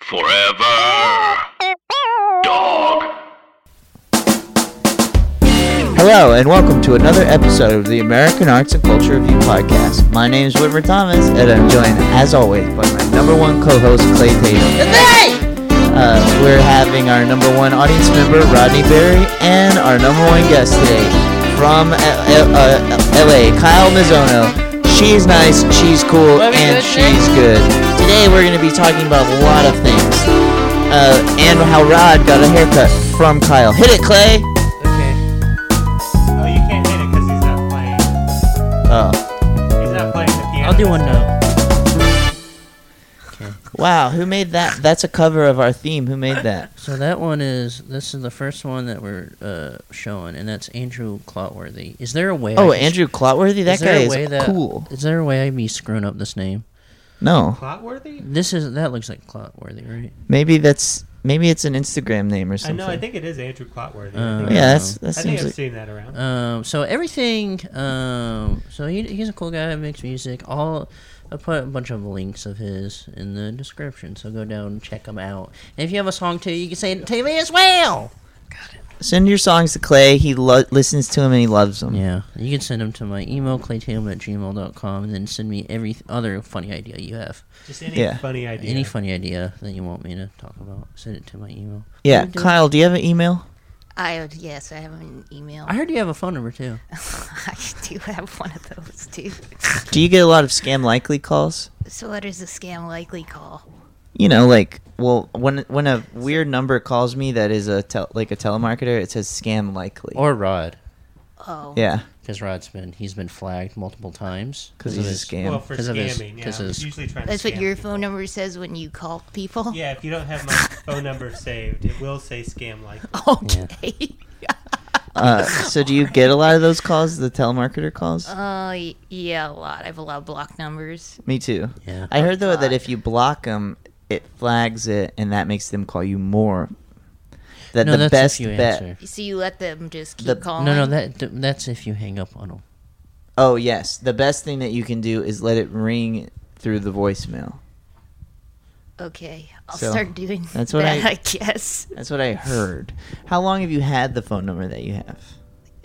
Forever. Dog. Hello, and welcome to another episode of the American Arts and Culture Review Podcast. My name is Whitmer Thomas, and I'm joined, as always, by my number one co host, Clay Tatum. Uh, we're having our number one audience member, Rodney Berry, and our number one guest today from uh, uh, uh, LA, Kyle Mizzono. She's nice, she's cool, Love you, and good she's good. Today, we're going to be talking about a lot of things, uh, and how Rod got a haircut from Kyle. Hit it, Clay! Okay. Oh, you can't hit it because he's not playing. Oh. He's not playing the piano. I'll do one now. Wow, who made that? That's a cover of our theme. Who made that? So that one is this is the first one that we're uh, showing, and that's Andrew Clotworthy. Is there a way? I Oh, can sh- Andrew Clotworthy? That is there guy a is way that- cool. Is there a way I'd be screwing up this name? No, Clotworthy? This is that looks like Clotworthy, right? maybe that's maybe it's an Instagram name or I something. know. I think it is Andrew Clotworthy. Uh, I think, Yeah, that's that I think seems I've like seen that around. Um, so everything. Um, so he, he's a cool guy. Makes music. All I put a bunch of links of his in the description. So go down and check him out. And if you have a song too, you can say it to me as well. send your songs to Clay. He lo- listens to him and he loves them. Yeah, you can send them to my email claytatum at gmail.com and then send me every other funny idea you have. Just any yeah. funny idea. Any funny idea that you want me to talk about, send it to my email. Yeah, Can we do- Kyle, do you have an email? I yes, I have an email. I heard you have a phone number too. I do have one of those too. Do you get a lot of scam likely calls? So what is a scam likely call? You know, like well, when when a weird number calls me that is a tel- like a telemarketer, it says scam likely. Or Rod, Oh, yeah, because Rod's been he's been flagged multiple times because of he's a his- scam. Well, for 'Cause of his- scamming, yeah. 'cause of his- It's usually trying that's to what scam your people. phone number says when you call people. Yeah, if you don't have my phone number saved, it will say scam like. Okay. uh, so do you get a lot of those calls, the telemarketer calls? Uh, y- yeah, a lot. I have a lot of block numbers. Me too. Yeah. I heard though that if you block them, it flags it, and that makes them call you more. That no, the that's best if you bet. answer. So you let them just keep The- calling. No, no, that th- that's if you hang up on him. Oh yes, the best thing that you can do is let it ring through the voicemail. Okay, I'll So, start doing that's that's what what that. I- I... guess. That's what I heard. How long have you had the phone number that you have?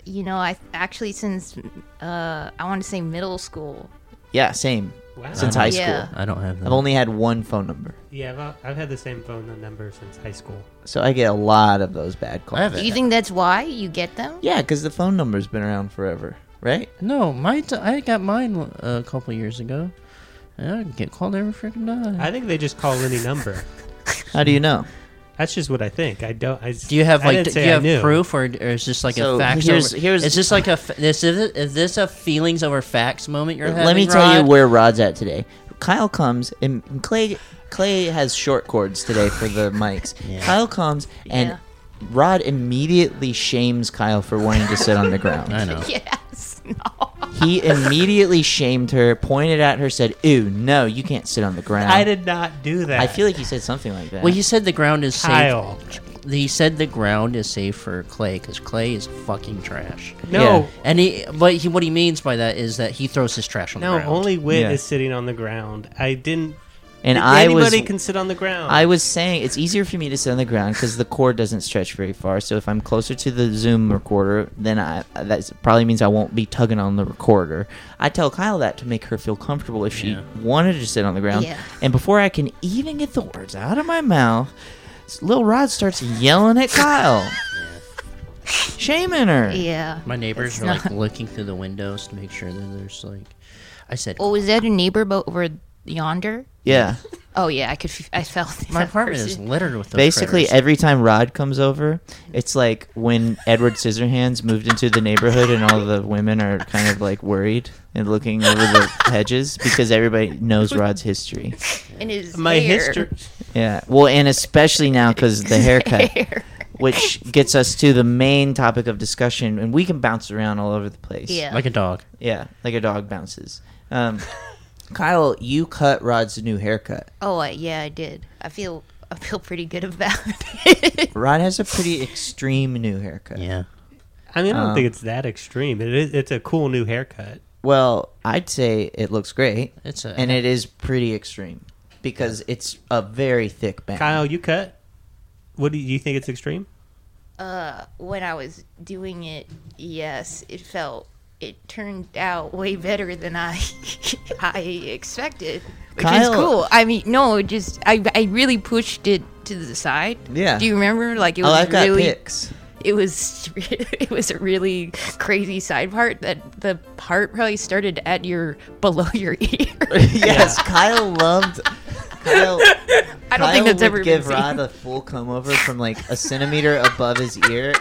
You know, I actually since uh, I want to say middle school. Yeah, same. Wow. Since high Yeah. school, I don't have that. I've only had one phone number, Yeah, I've, I've had the same phone number since high school. so I get a lot of those bad calls. I have Do it. you think that's why you get them? Yeah, because the phone number's been around forever, right? no, my t- I got mine uh, a couple years ago. And I get called every freaking day. I think they just call any number. How do you know? That's just what I think. I don't. I, Do you have I like didn't d- do say you I have knew. proof or, or is this like So, a facts? here's- over, here's- is this like a fa- this is, is this a feelings over facts moment you're having? Let me tell Rod? you where Rod's at today. Kyle comes and and Clay Clay has short cords today for the mics. Kyle comes and Yeah. Rod immediately shames Kyle for wanting to sit on the ground. I know. Yes. No. He immediately shamed her, pointed at her, said, "Ooh, no, you can't sit on the ground." I did not do that. I feel like he said something like that. Well, he said the ground is safe. Kyle. He said the ground is safe for Clay because Clay is fucking trash. No, And he, but he, what he means by that is that he throws his trash on no. the ground. Only Wit Yeah. is sitting on the ground. I didn't. and I was Anybody can sit on the ground. I was saying it's easier for me to sit on the ground because the cord doesn't stretch very far. So if I'm closer to the Zoom recorder, then I that probably means I won't be tugging on the recorder. I tell Kyle that to make her feel comfortable if she Yeah. wanted to sit on the ground. Yeah. And before I can even get the words out of my mouth, s- Lil Rod starts yelling at Kyle, shaming her. Yeah. my neighbors It's are not- like looking through the windows to make sure that there's like. I said, Oh, is that a neighbor bo- over yonder? Yeah. Oh yeah, I could. F- I felt My that apartment is person. littered with those Basically, critters. every time Rod comes over, it's like when Edward Scissorhands moved into the neighborhood and all the women are kind of like worried and looking over the hedges because everybody knows Rod's history. and his My hair. history. Yeah. Well, and especially now because the haircut, Hair. which gets us to the main topic of discussion, and we can bounce around all over the place. Yeah. like a dog. Yeah, like a dog bounces. Um, Kyle, you cut Rod's new haircut. Oh I, yeah, I did. I feel. I feel pretty good about it. Rod has a pretty extreme new haircut. Yeah. I mean, I don't Um, think it's that extreme. It is, it's a cool new haircut. Well, I'd say it looks great, It's a and it is pretty extreme because it's a very thick bang. Kyle, you cut. What do you, you think it's extreme? uh, when I was doing it, yes, it felt. It turned out way better than I I expected, which Kyle- is cool. I mean, no, just I I really pushed it to the side. Yeah. Do you remember? Like it oh, was I've got really pics. it was it was a really crazy side part that the part probably started at your below your ear. yes, Kyle loved. Kyle, I don't think that's would ever give been Rod seen. a full comb over from like a centimeter above his ear,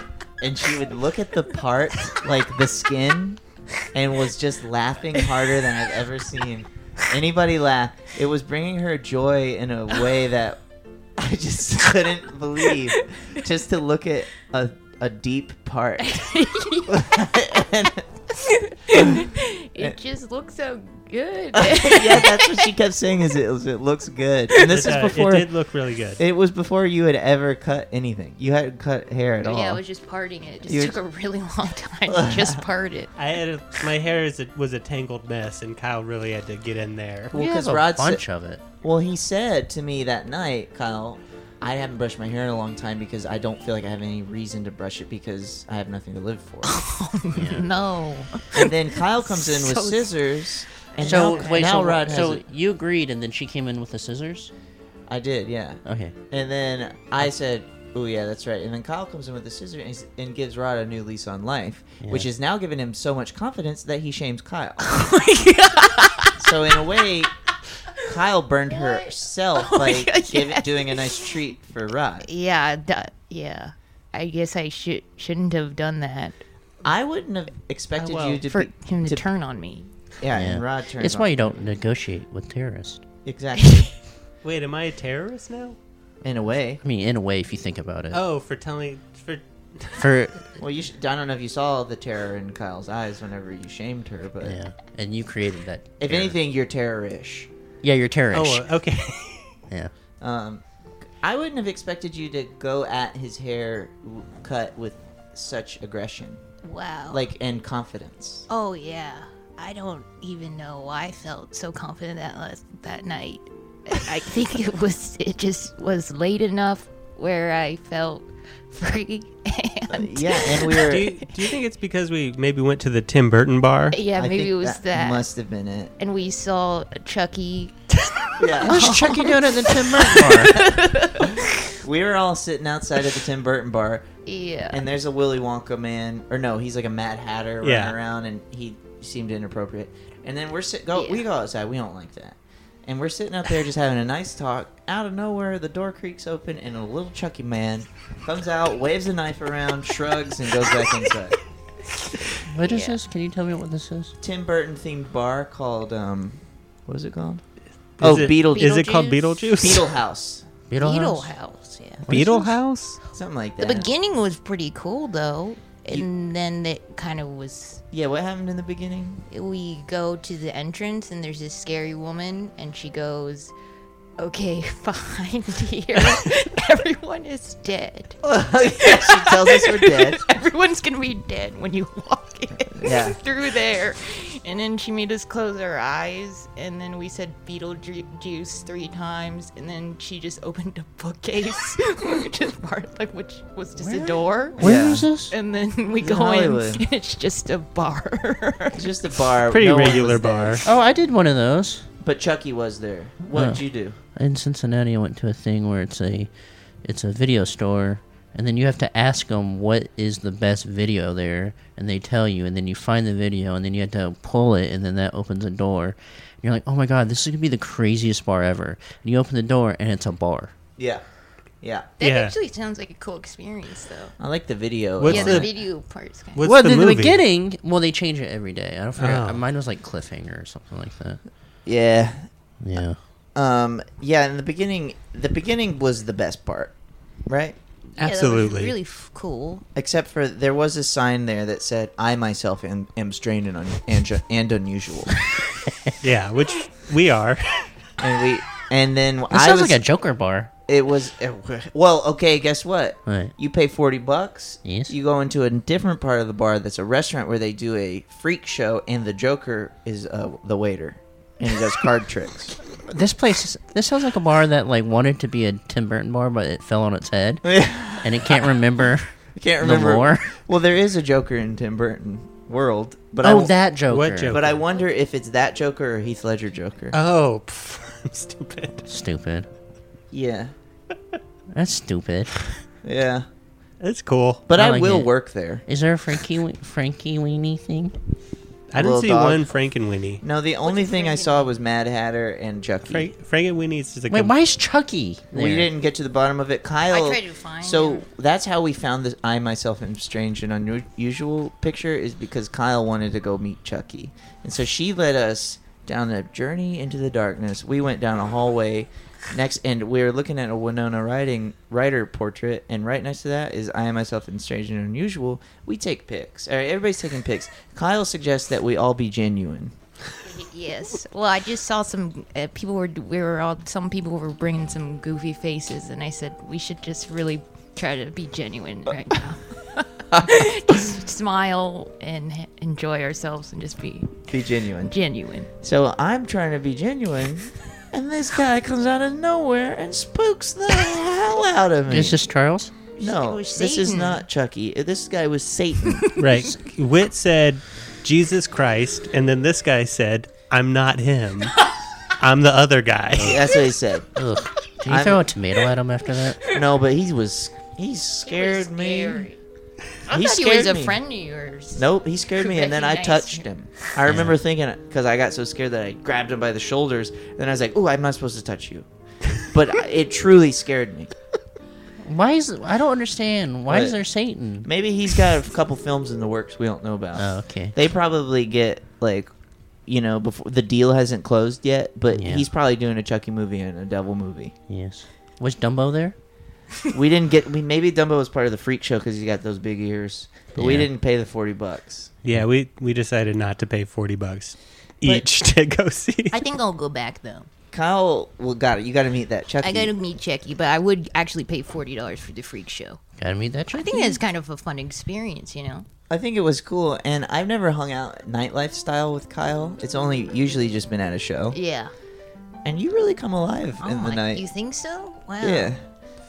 and she would look at the part like the skin, and was just laughing harder than I've ever seen anybody laugh. It was bringing her joy in a way that I just couldn't believe. Just to look at a a deep part. And- It just looked so good. yeah, that's what she kept saying. Is it, is it looks good, and this It, is uh, before it did look really good. It was before you had ever cut anything. You hadn't cut hair at all. Yeah, I was just parting it. It just You- took a really long time to just part it. I had a, my hair is a, was a tangled mess, and Kyle really had to get in there. well, You have because a Rod sa- bunch of it. well, he said to me that night, Kyle, I haven't brushed my hair in a long time because I don't feel like I have any reason to brush it because I have nothing to live for. No. and then Kyle comes in with So- scissors, and So now, wait, now so, Rod has. so it. you agreed, and then she came in with the scissors. I did, yeah. Okay. And then I said, "Oh yeah, that's right." And then Kyle comes in with the scissors and, s- and gives Rod a new lease on life, which has now given him so much confidence that he shames Kyle. Oh so in a way, Kyle burned herself by Oh my God, giv- yes. doing a nice treat for Rod. Yeah, duh, yeah. I guess I should shouldn't have done that I wouldn't have expected well, you to Oh, for be- him to- to turn on me. Yeah, and Yeah. Rod turned. It's why on- you don't negotiate with terrorists. exactly Wait, am I a terrorist now? in a way. I mean, in a way, if you think about it. Oh, for telling for For Well, you should, I don't know if you saw the terror in Kyle's eyes whenever you shamed her, but yeah, and you created that. if terror. anything, uh, you're terrorish. yeah, you're terrorist. oh okay. yeah. Um, I wouldn't have expected you to go at his hair w- cut with such aggression, Wow. like and confidence. Oh yeah, I don't even know why I felt so confident that last, that night. I I think it was it just was late enough where I felt free. And Yeah, and we were. do you, do you think it's because we maybe went to the Tim Burton bar? yeah, I maybe think it was that. Must have been it. And we saw Chucky. Yeah. What's Chucky doing at the Tim Burton bar? we were all sitting outside of the Tim Burton bar, Yeah. and there's a Willy Wonka man, or no, he's like a Mad Hatter running Yeah. around, and he seemed inappropriate. And then we're sit go, we Yeah. go outside. We don't like that. And we're sitting out there just having a nice talk. Out of nowhere, the door creaks open, and a little Chucky man comes out, waves a knife around, shrugs, and goes back inside. What is this? Can you tell me what this is? Tim Burton themed bar called um, what is it called? Is oh, it- Beetle Is it called Beetlejuice? Beetlejuice? Beetle House, Beetle House. Yeah. Beetle House? something like The that. beginning was pretty cool though, and then it kind of was yeah, what happened in the beginning? we go to the entrance and there's this scary woman and she goes okay fine dear everyone is dead Oh. she tells us we're dead. everyone's gonna be dead when you walk in Yeah. through there and then she made us close our eyes and then we said beetlejuice three times and then she just opened a bookcase which is part like which was just a door Where Yeah. is this? and then we This is go in Hollywood. and it's just a bar Just a bar, Pretty no one regular was there. bar. Oh, I did one of those. But Chucky was there. What did Oh. you do? in Cincinnati, I went to a thing where it's a, it's a video store, and then you have to ask them what is the best video there, and they tell you, and then you find the video, and then you have to pull it, and then that opens a door. And you're like, oh my god, this is gonna be the craziest bar ever. And you open the door, and it's a bar. Yeah. Yeah. That Yeah. actually sounds like a cool experience, though. I like the video. What's yeah, on the, the- video part's kind of. What's well, the in the, movie? beginning, well, they change it every day. I don't forget. Oh. Mine was like cliffhanger or something like that. Yeah. Yeah. Um. Yeah. In the beginning, the beginning was the best part, right? Absolutely. really f- cool. Except for there was a sign there that said, "I myself am, am strained and, un- and ju- and unusual," Yeah, which we are. and we and then That I sounds was like a Joker bar. it was it wa- well okay. Guess what? Right. You pay forty bucks. Yes. You go into a different part of the bar that's a restaurant where they do a freak show, and the Joker is uh, the waiter, and he does card tricks. This place, is, this sounds like a bar that like wanted to be a Tim Burton bar, but it fell on its head, I and it can't remember. can't The remember. lore? Well, there is a Joker in Tim Burton world, but I oh, won't- that Joker. What Joker? But I wonder if it's that Joker or Heath Ledger Joker. Oh, pff, I'm stupid. Stupid. yeah, That's stupid. yeah. That's cool. But I I, like will it. work there. Is there a Frankie Wee- Frankie Weenie thing? I didn't Little see dog. one Frank and Winnie. No, the only thing I saw was Mad Hatter and Chucky. Frank, Frank and Winnie's just like Wait, a- why is Chucky there? We didn't get to the bottom of it, Kyle. I tried to find So him. that's how we found this "I myself am strange and unusual" picture is because Kyle wanted to go meet Chucky, and so she led us down a journey into the darkness. We went down a hallway, next, and we were looking at a Winona writing writer portrait, and right next to that is "I myself am strange and unusual." We take pics. All right, everybody's taking pics. Kyle suggests that we all be genuine. Yes. Well, I just saw some uh, people were we were all some people were bringing some goofy faces, and I said we should just really try to be genuine Uh, right now. just smile and h- enjoy ourselves, and just be Be genuine. genuine. So I'm trying to be genuine, and this guy comes out of nowhere and spooks the hell out of me. Is this Charles? no, It was this is Satan. not Chucky. This guy was Satan. Right. Wit said, Jesus Christ. And then this guy said, I'm not him. I'm the other guy. That's what he said. Ugh. Can you I'm- throw a tomato at him after that? No, but he was he scared me. I He thought he was scared a me. friend of yours. Nope, he scared me, and then I Recognized touched him. I remember thinking because I got so scared that I grabbed him by the shoulders. Then I was like, "Ooh, I'm not supposed to touch you," but I- it truly scared me. Why is I don't understand. Why is What? there Satan? Maybe he's got a couple films in the works we don't know about. Oh, okay. They probably get like, you know, before the deal hasn't closed yet, but Yeah. he's probably doing a Chucky movie and a Devil movie. Yes. Was Dumbo there? we didn't get. We maybe Dumbo was part of the freak show because he got those big ears, but we Yeah. didn't pay the forty bucks. Yeah, we, we decided not to pay 40 bucks each to go see. I think I'll go back though. Kyle, well, got it. You got to meet that Chucky. I gotta meet Checky, but I would actually pay forty dollars for the freak show. Gotta meet that I Chucky. Hmm. think that's kind of a fun experience, you know. I think it was cool, and I've never hung out nightlife style with Kyle. It's only usually just been at a show, Yeah. and you really come alive in the my- night. You Oh, think so? Wow. Yeah.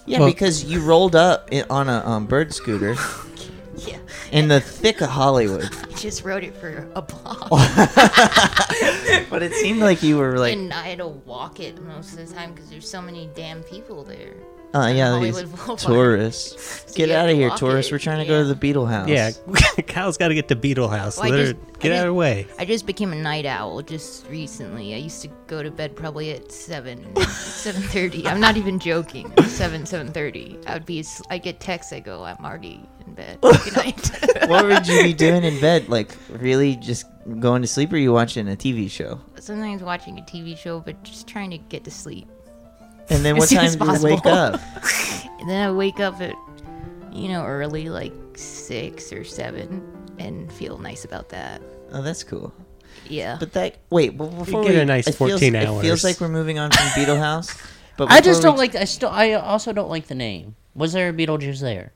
Yeah, Well- because you rolled up i on a um, bird scooter Yeah. in the thick of Hollywood. I just wrote it for a blog, But it seemed like you were like, and I had to walk it most of the time because there's so many damn people there. oh, yeah, Hollywood these Boulevard. tourists. So Get you have out of to here, walk tourists. it, We're trying to go to yeah. the Beetle House. Yeah, Kyle's got to get to Beetle House. Well, I Let her just- I get out just- of her way. I just became a night owl just recently. I used to go to bed probably at seven, seven thirty. I'm not even joking. Seven, seven thirty. I would be. as- I get texts. I go. I'm already in bed. Good night. what would you be doing in bed? Like, really just going to sleep or you watching a TV show? Sometimes watching a TV show, but just trying to get to sleep. And then As what soon time as do you wake possible. up? And then I wake up at, you know, early, like six or seven, and feel nice about that. Oh, that's cool. Yeah. But that, wait, well, before get we, a nice it feels- 14 It feels hours. like we're moving on from Beetle House. But I just before don't we- like. I still. I also don't like the name. Was there a Beetlejuice there?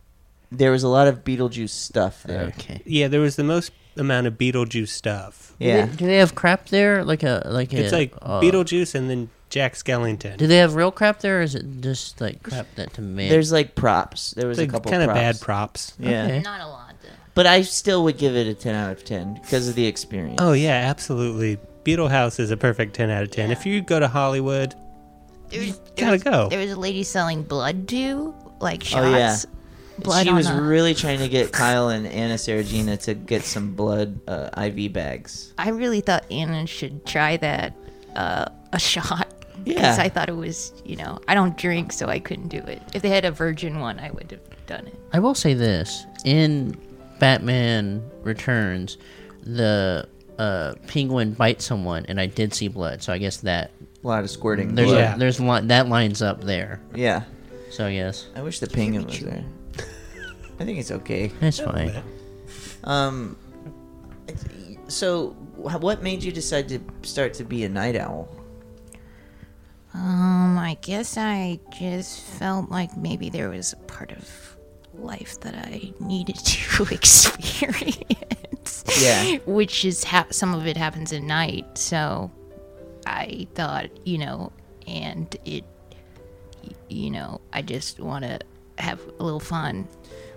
There was a lot of Beetlejuice stuff there. Yeah, there was the most amount of Beetlejuice stuff. Yeah. Do they, do they have crap there? Like a like a. It's like uh, Beetlejuice and then Jack Skellington. Do they have real crap there, or is it just like crap that to man? There's like props. There was It's like a couple kind of props. bad props. Yeah, Okay. Not a lot, though. but I still would give it a ten out of ten because of the experience. Oh, yeah, absolutely. Beetle House is a perfect 10 out of 10. If you go to Hollywood, There was, gotta there was- go. There was a lady selling blood too, like Oh, yeah. shots. blood she on was a- really trying to get Kyle and Anna Saragina to get some blood uh, IV bags. I really thought Anna should try that uh, a shot. Yeah. Because I thought it was, you know, I don't drink, so I couldn't do it. If they had a virgin one, I would have done it. I will say this in Batman Returns, the uh, penguin bites someone, and I did see blood. So I guess that A lot of squirting. there's blood. Yeah. a, there's li- that lines up there. yeah. So yes, I wish the penguin was there. I think it's okay. that's fine. Um, it's- so wh- what made you decide to start to be a night owl? Um, I guess I just felt like maybe there was a part of life that I needed to experience. Yeah. Which is ha- some of it happens at night, so I thought, you know, and it, y- you know, I just want to have a little fun.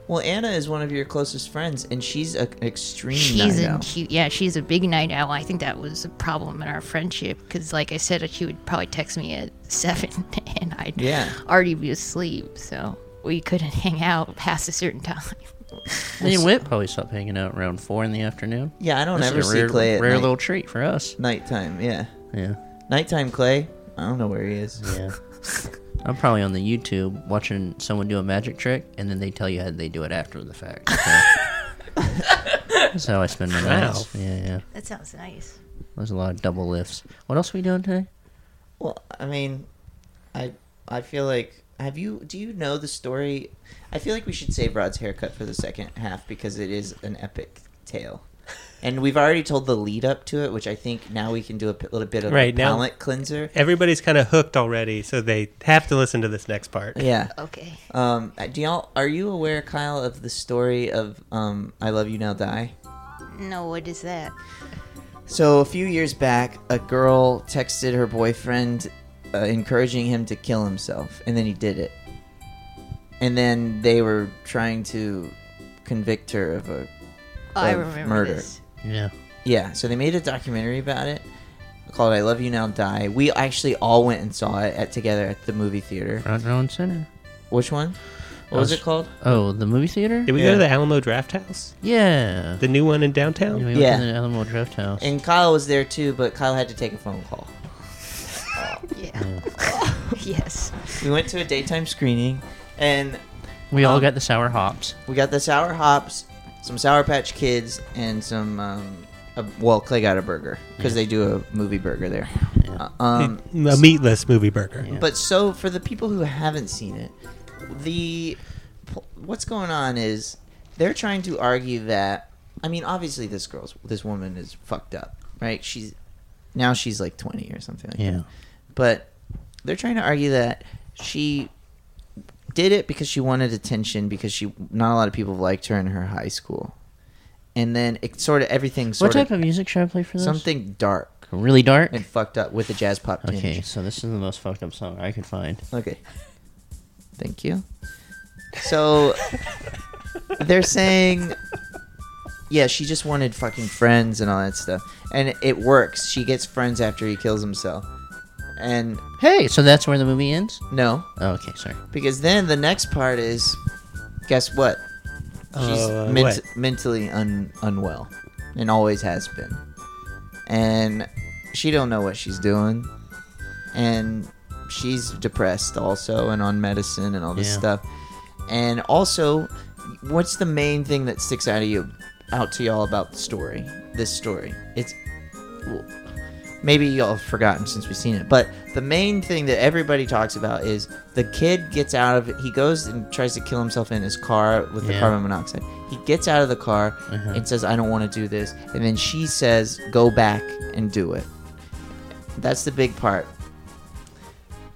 Well, Anna is one of your closest friends, and she's a, an extreme She's night a owl. cute, yeah, she's a big night owl. I think that was a problem in our friendship because, like I said, she would probably text me at seven, and I'd Yeah. already be asleep, so we couldn't hang out past a certain time. Me and Whip probably stopped hanging out around four in the afternoon. yeah, I don't This ever is a see rare, Clay at rare night- little treat for us. nighttime. Yeah, Yeah, nighttime Clay. I don't know where he is. yeah. I'm probably on the YouTube watching someone do a magic trick, and then they tell you how they do it after the fact. so- That's how I spend my nights. Yeah, yeah. That sounds nice. There's a lot of double lifts. What else we doing today? Well, I mean, I I feel like have you do you know the story? I feel like we should save Rod's haircut for the second half because it is an epic tale, and we've already told the lead up to it, which I think now we can do a p- little bit of Right, a now- palate cleanser. Everybody's kind of hooked already, so they have to listen to this next part. Yeah. Okay. Um. Do y'all are you aware, Kyle, of the story of um I love you now die? No, what is that? So a few years back, a girl texted her boyfriend, uh, encouraging him to kill himself, and then he did it. And then they were trying to convict her of a Oh, I Of remember murder. this. Yeah. yeah. So they made a documentary about it called "I Love You Now Die." We actually all went and saw it at together at the movie theater. Front row and center. Which one? What was Us. it called? Oh, the movie theater? Did we Yeah. go to the Alamo Draft House? Yeah. The new one in yeah. downtown? We went Yeah. to the Alamo Draft House. And Kyle was there too, but Kyle had to take a phone call. Yeah. Mm. yes. We went to a daytime screening, and we all um, got the sour hops. We got the sour hops, some Sour Patch Kids, and some. Um, a, well, Clay got a burger because they do a movie burger there. Uh, um, A meatless movie burger. but so for the people who haven't seen it, the what's going on is they're trying to argue that I mean, obviously this girl's this woman is fucked up, right? She's now she's like twenty or something like Yeah. that but they're trying to argue that she did it because she wanted attention because she not a lot of people liked her in her high school and then it sort of everything What sort type of, of music should I play for this? something dark really dark. and fucked up with a jazz pop tinge. Okay, so this is the most fucked up song I could find. Okay. Thank you. So they're saying yeah, she just wanted fucking friends and all that stuff. And it works. She gets friends after he kills himself. And Hey, so that's where the movie ends? no, Oh, okay, sorry. Because then the next part is, guess what? She's Uh, ment- what? mentally un- unwell, and always has been. And she don't know what she's doing, and she's depressed also, and on medicine and all this Yeah. stuff. And also, what's the main thing that sticks out of you, out to y'all about the story? This story, it's well, maybe y'all have forgotten since we've seen it, but the main thing that everybody talks about is the kid gets out of he goes and tries to kill himself in his car with the Yeah. Uh-huh. carbon monoxide. He gets out of the car and says, "I don't want to do this," and then she says, "Go back and do it." That's the big part.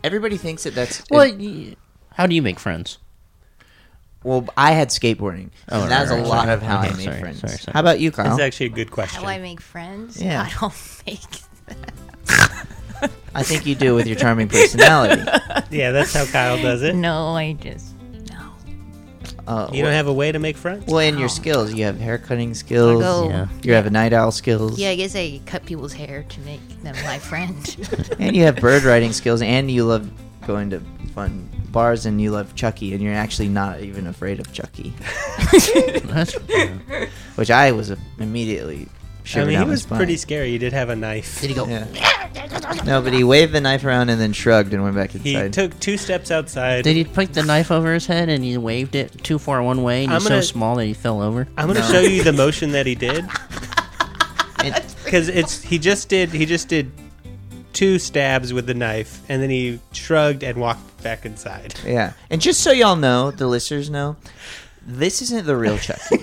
Everybody thinks that that's Well, y how do you make friends? well. I had skateboarding, and Oh, right, that was right, a right, lot sorry. of how Okay, I made sorry, friends. sorry, sorry. How about you, Kyle? That's actually a good question. How I make friends? Yeah. I don't make. I think you do with your charming personality. yeah, that's how Kyle does it. No, I just no. Uh, You don't have a way to make friends? well, and your skills. You have hair cutting skills. Go. Yeah. You have a night owl skills. Yeah, I guess I cut people's hair to make them my friend. And you have bird writing skills, and you love going to fun bars and you love Chucky and you're actually not even afraid of Chucky, That's, did which I was immediately. I shivered mean, he out my was spine. pretty scary. He did have a knife. he go? Yeah. No, but he waved the knife around and then shrugged and went back He inside. took two steps outside. Did he put the knife over his head and he waved it too far one way and I'm he's gonna- so small that he fell over? I'm gonna No. show you the motion that he did And- because it's he just did he just did two stabs with the knife and then he shrugged and walked back inside. yeah, and just so y'all know, the listeners know, this isn't the real Chucky.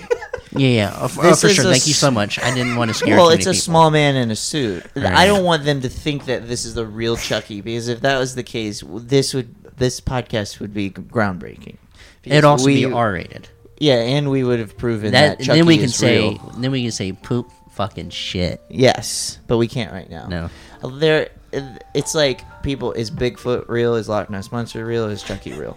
Yeah, yeah. Oh, for, oh, This for is sure. a Thank you s- so much. I didn't want to scare well, too it's a many people. small man in a suit. I Right. don't want them to think that this is the real Chucky because if that was the case, this would this podcast would be groundbreaking. It'd Because also we, be R-rated. Yeah, and we would have proven that, That, Chucky then we can is say real. then we can say poop fucking shit. Yes, but we can't right now. Uh, No. There, it's like people. Is Bigfoot real? Is Loch Ness monster real? Is Chucky real?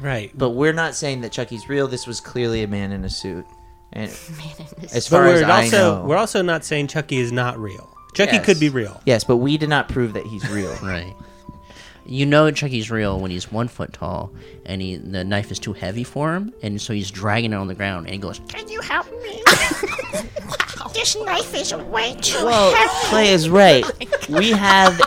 Right. But we're not saying that Chucky's real. This was clearly a man in a suit, and as But far as we're I also know, we're also not saying Chucky is not real. Chucky could be real. yes, but we did not prove that he's real. Right. You know Chucky's real when he's one foot tall and he, the knife is too heavy for him, and so he's dragging it on the ground and he goes. Can you help me? this knife is way too Well, heavy. Clay is right. we have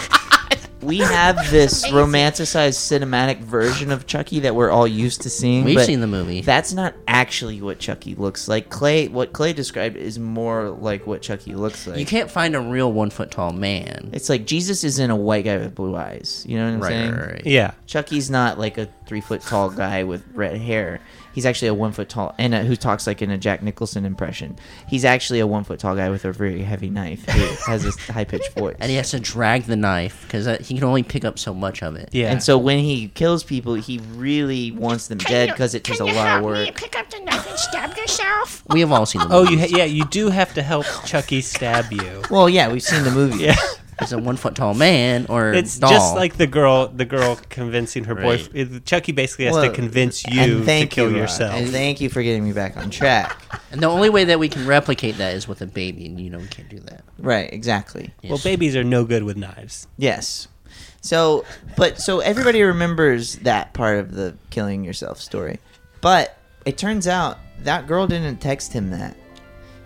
we have this romanticized cinematic version of Chucky that we're all used to seeing. We've but seen the movie. That's not actually what Chucky looks like. Clay, what Clay described is more like what Chucky looks like. You can't find a real one foot tall man. it's like Jesus isn't a white guy with blue eyes. You know what I'm Right, saying? right, right. Yeah. Chucky's not like a three foot tall guy with red hair. He's actually a one foot tall and a, who talks like in a Jack Nicholson impression. He's actually a one foot tall guy with a very heavy knife who has this high pitched voice. And he has to drag the knife because he can only pick up so much of it. Yeah. And so when he kills people, he really wants them Can dead you- because it takes a can you lot of help me work. pick up the knife and stab yourself? We have all seen the movie. oh, you ha- yeah, you do have to help Chucky stab you. Well, yeah, we've seen the movie. Yeah. It's a one foot tall man or It's doll. just like the girl the girl convincing her Right. boyfriend. Chucky basically has Well, to convince and you to thank kill Ron. yourself. And thank you for getting me back on track. And the only way that we can replicate that is with a baby, and you know we can't do that. right, exactly. Well, babies are no good with knives. Yes. So, but so everybody remembers that part of the killing yourself story. But it turns out that girl didn't text him that.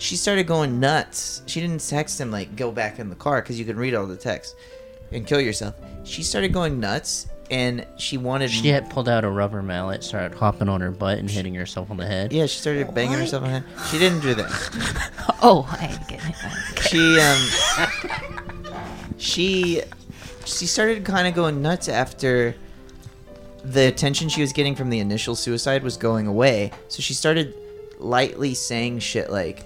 She started going nuts. She didn't text him like go back in the car cuz you can read all the text and kill yourself. She started going nuts and she wanted She had pulled out a rubber mallet, started hopping on her butt and hitting herself on the head. Yeah, she started banging herself on the head. She didn't do that. Oh, I ain't getting it. She um she she started kind of going nuts after the attention she was getting from the initial suicide was going away. So she started lightly saying shit like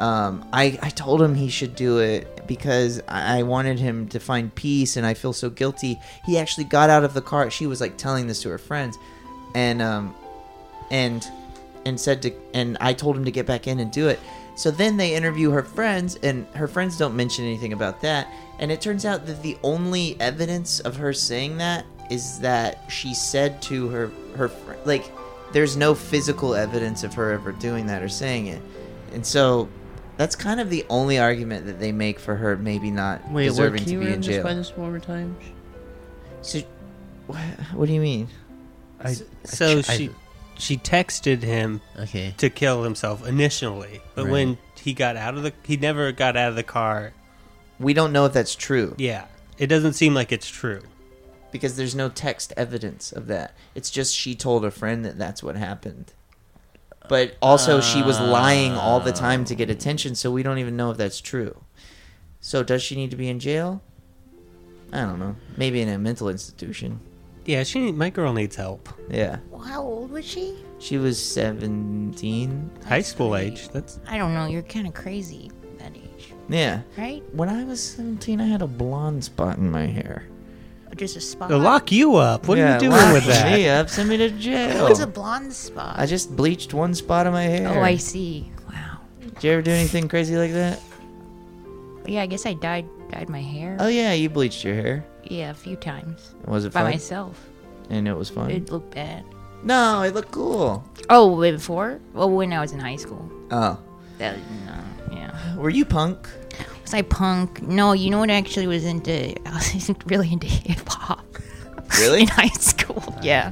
um, I, I told him he should do it because I I wanted him to find peace and I feel so guilty. He actually got out of the car. She was like telling this to her friends and um, and and said to and I told him to get back in and do it. So then they interview her friends and her friends don't mention anything about that. And it turns out that the only evidence of her saying that is that she said to her her fr- like there's no physical evidence of her ever doing that or saying it. And so that's kind of the only argument that they make for her maybe not Wait, what, deserving can to you be in run this by jail. this one more time? So, what, what do you mean? I, so she she texted him Okay. to kill himself initially, but Right. when he got out of the he never got out of the car. We don't know if that's true. Yeah, it doesn't seem like it's true. because there's no text evidence of that. It's just she told a friend that that's what happened. But also, she was lying all the time to Oh. get attention, so we don't even know if that's true. So, does she need to be in jail? I don't know. Maybe in a mental institution. Yeah, she my girl needs help. Yeah. How old was she? She was 17. High school age. That's I don't know. You're kind of crazy that age, Yeah. right? When I was 17, I had a blonde spot in my hair. There's a spot. They'll lock you up. What are yeah, you doing lock with that? Me up, send me to jail. It's a blonde spot. I just bleached one spot of my hair. Oh, I see. Wow. Did you ever do anything crazy like that? Yeah, I guess I dyed dyed my hair. Oh yeah, you bleached your hair. Yeah, a few times Was it by fun? myself. And it was fun. It looked bad. no, it looked cool. Oh, wait, before? Well, when I was in high school. Oh, That no, yeah. were you punk? Was I punk? No, you know what? I actually was into. I was really into hip hop Really? in high school. Yeah.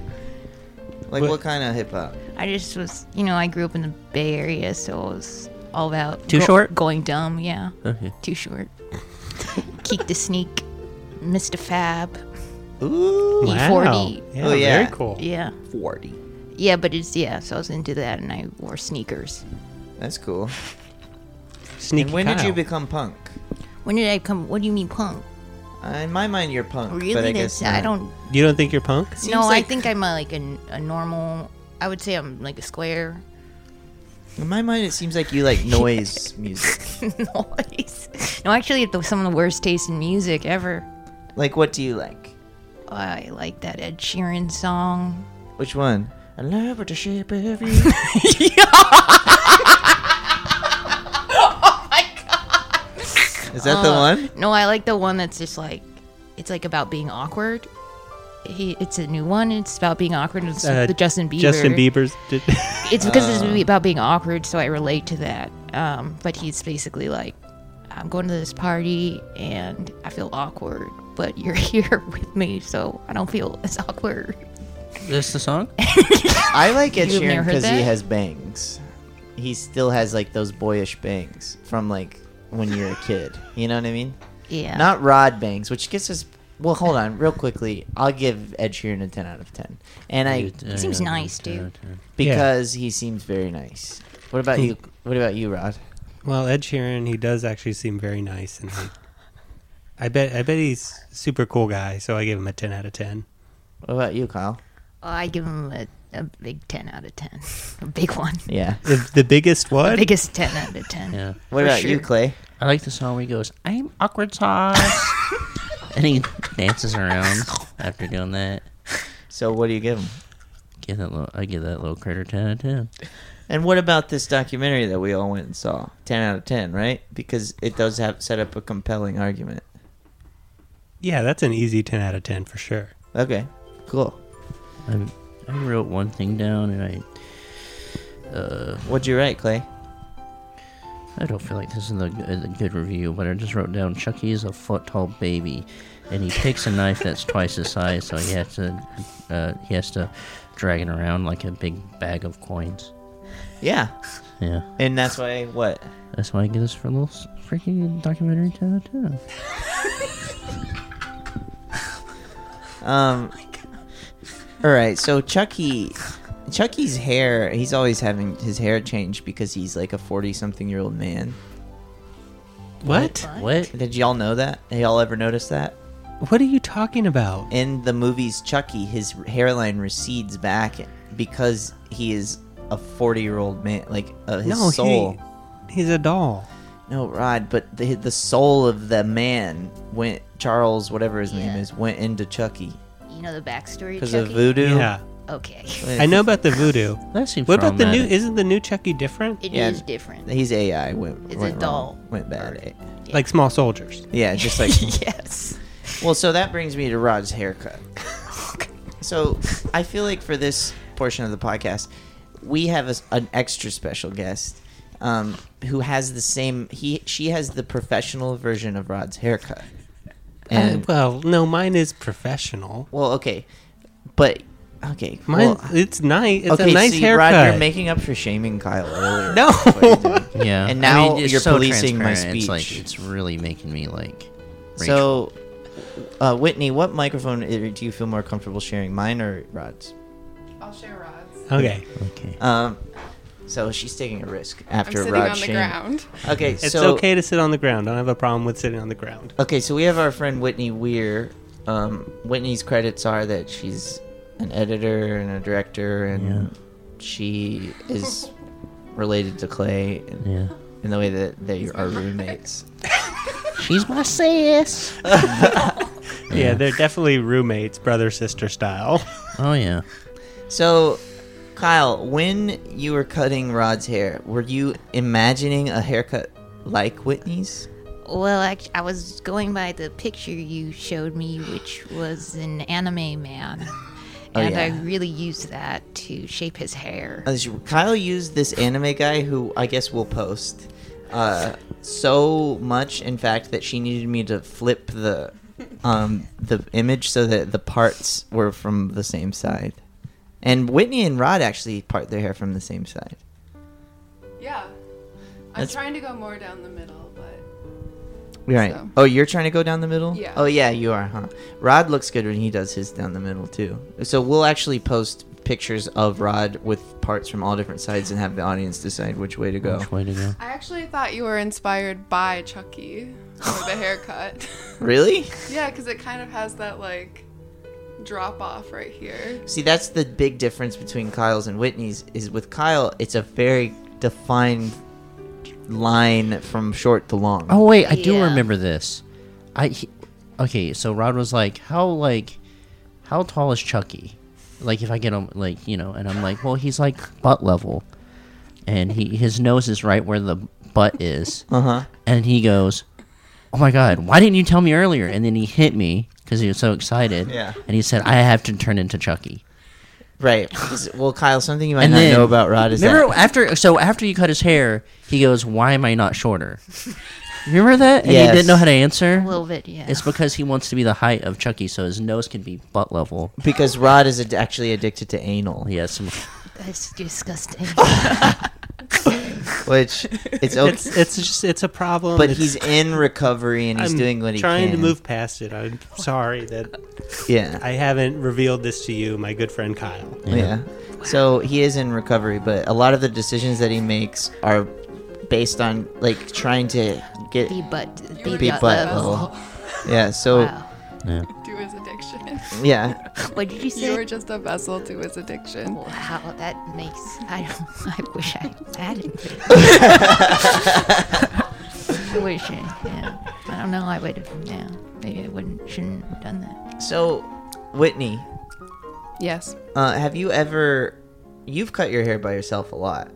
like what, kind of hip hop? I just was, you know, I grew up in the Bay Area, so it was all about Too short? going dumb. Yeah, Okay. too short. Keek the sneak, Mr. Fab. Ooh, Wow. E40. E Yeah, Oh, yeah. Very cool. Yeah, forty. yeah, but it's yeah. So I was into that, and I wore sneakers. That's cool. Sneaky and when did Kyle. you become punk? When did I come? What do you mean punk? Uh, in my mind, you're punk. Really? But I That's- guess I not. don't. You don't think you're punk? Seems no, like- I think I'm a, like a, a normal. I would say I'm like a square In my mind, it seems like you like noise music. noise. No, actually, it's the, some of the worst taste in music ever. Like, what do you like? I like that Ed Sheeran song. Which one? I love what the shape of you. Oh Is that the one? No, I like the one that's just like it's like about being awkward. He, it's a new one. It's about being awkward. It's Uh, the Justin Bieber. Justin Bieber's. Did, It's because it's really about being awkward, so I relate to that. Um, but he's basically like, I'm going to this party and I feel awkward, but you're here with me, so I don't feel as awkward. This the song? I like Ed You've never Sheeran heard because he that? has bangs. He still has like those boyish bangs from like when you're a kid. You know what I mean? Yeah. Not rod bangs, which gets us. Well, hold on, real quickly. I'll give Ed Sheeran a 10 out of 10, and I He seems nice, dude. because he seems very nice. What about you? What about you, Rod? well, Ed Sheeran, he does actually seem very nice, and I, I bet I bet he's a super cool guy. So I give him a ten out of ten. What about you, Kyle? Oh, I give him a, a big 10 out of 10. A big one. Yeah. If the biggest what? Biggest 10 out of 10. Yeah. What For about you, sure. Clay? I like the song where he goes, I'm awkward sauce. and he dances around after doing that. So, what do you give him? Give that little, I give that little critter 10 out of 10. And what about this documentary that we all went and saw? Ten out of ten, right? Because it does have set up a compelling argument. yeah, that's an easy ten out of ten for sure. Okay, cool. I, I wrote one thing down and I uh, What'd you write, Clay? I don't feel like this is the, uh, the good review, but I just wrote down Chucky is a foot tall baby, and he picks a knife that's twice his size, so he has to uh, he has to drag it around like a big bag of coins. Yeah, Yeah, and that's why what? that's why I give this for a little s- freaking documentary ten out of ten. Um, all right. So Chucky, Chucky's hair. He's always having his hair changed because he's like a forty-something-year-old man. What? What? Did y'all know that? Did y'all ever notice that? What are you talking about? in the movies Chucky, his hairline recedes back because he is a 40 year old man, like uh, his no, soul. he he's a doll. No, Rod, but the, the soul of the man went, Charles, whatever his name Yeah. is, went into Chucky You know the backstory because Chucky? of voodoo. Yeah, Okay. I know about the voodoo. That seems. What about the new? problematic. Isn't the new Chucky different? It is Yeah. different. He's AI. Went, It's a went doll. Wrong, went bad. Like small soldiers. Yeah, just like yes. Well, so that brings me to Rod's haircut. so I feel like for this portion of the podcast, we have a s an extra special guest um, who has the same. He she has the professional version of Rod's haircut. And Uh, well, no, mine is professional. well, okay, but okay, Mine, well, it's nice. It's okay. a nice see, haircut. Rod, you're making up for shaming Kyle earlier. no. That's what you're doing. Yeah, And now it's you're policing my transparent, It's like speech. it's really making me like. Rachel. so, uh, Whitney, what microphone i- do you feel more comfortable sharing, mine or Rod's? I'll share Rod's. Okay. okay. Um, so she's taking a risk I'm after sitting Rod on the Shane. ground. Okay, It's so okay to sit on the ground. I don't have a problem with sitting on the ground. okay, so we have our friend Whitney Weir. Um, Whitney's credits are that she's an editor and a director, and she is related to Clay in, yeah, in the way that they are roommates. she's my sis. Yeah, they're definitely roommates, brother sister style. Oh yeah. So, Kyle, when you were cutting Rod's hair, were you imagining a haircut like Whitney's? Well, I, I was going by the picture you showed me, which was an anime man. Oh, And I yeah. Uh, really used that to shape his hair. As you- Kyle used this anime guy who I guess will post uh, so much, in fact, that she needed me to flip the um, the image so that the parts were from the same side. And Whitney and Rod actually part their hair from the same side. Yeah. I'm That's- trying to go more down the middle, but Right. So- Oh, you're trying to go down the middle? Yeah. Oh, yeah, you are, huh? Rod looks good when he does his down the middle, too. So we'll actually post pictures of Rod with parts from all different sides and have the audience decide which way to go. Which way to go? I actually thought you were inspired by Chucky for the haircut. Really? yeah, because it kind of has that like drop off right here. See, that's the big difference between Kyle's and Whitney's is with Kyle, it's a very defined line from short to long. Oh wait, I do Yeah. remember this. I he, okay, so Rod was like, "How like, how tall is Chucky?" Like if I get him, like you know, and I'm like, "Well, he's like butt level," and he his nose is right where the butt is, Uh-huh. and he goes, "Oh my god, why didn't you tell me earlier?" And then he hit me because he was so excited, Yeah. and he said, "I have to turn into Chucky." Right. 'Cause- Well, Kyle, something you might And not then know about Rod is remember that. after so after you cut his hair, he goes, "Why am I not shorter?" Remember that? And he Yes. didn't know how to answer. A little bit, yeah. It's because he wants to be the height of Chucky, so his nose can be butt level. Because Rod is ad- actually addicted to anal, He has some. That's disgusting. which it's okay. It's it's just it's a problem. but It's- he's in recovery and he's I'm doing what he trying can. to move past it. I'm sorry that Yeah. I haven't revealed this to you, my good friend Kyle. Yeah. So he is in recovery, but a lot of the decisions that he makes are based on like trying to get be butt, be, be butt, butt Oh. level. level. Yeah. So Wow. To his addiction. yeah, What did you say? You were just a vessel to his addiction. Wow, that makes. I don't. I wish I had it. I wish. I, yeah. I don't know. I would. have Yeah. Maybe I wouldn't. Shouldn't have done that. so Whitney, Yes. uh, have you ever you've cut your hair by yourself a lot,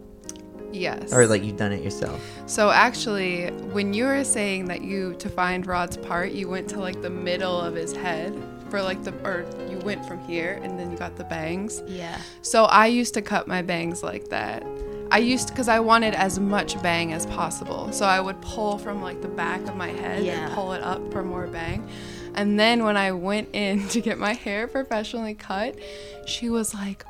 Yes. or like you've done it yourself? So actually, when you were saying that you to find Rod's part, you went to like the middle of his head for like the or you went from here and then you got the bangs. Yeah. So I used to cut my bangs like that. I used because I wanted as much bang as possible. So I would pull from like the back of my head Yeah. and pull it up for more bang. And then when I went in to get my hair professionally cut, she was like,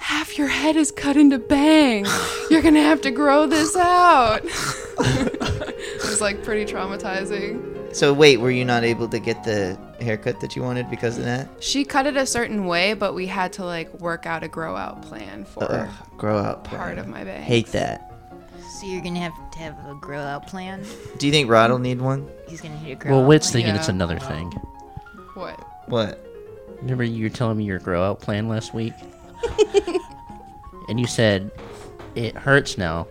"Half your head is cut into bang. You're gonna have to grow this out." it was like pretty traumatizing. So wait, were you not able to get the haircut that you wanted because of that? She cut it a certain way, but we had to like work out a grow out plan for Ugh, grow out part part. of my bang. Hate that. So you're gonna have to have a grow out plan. Do you think Rod'll need one? He's gonna need a grow Well, out. Whit's plan. thinking it's Yeah. another thing. What? What? Remember you were telling me your grow out plan last week, and you said it hurts now.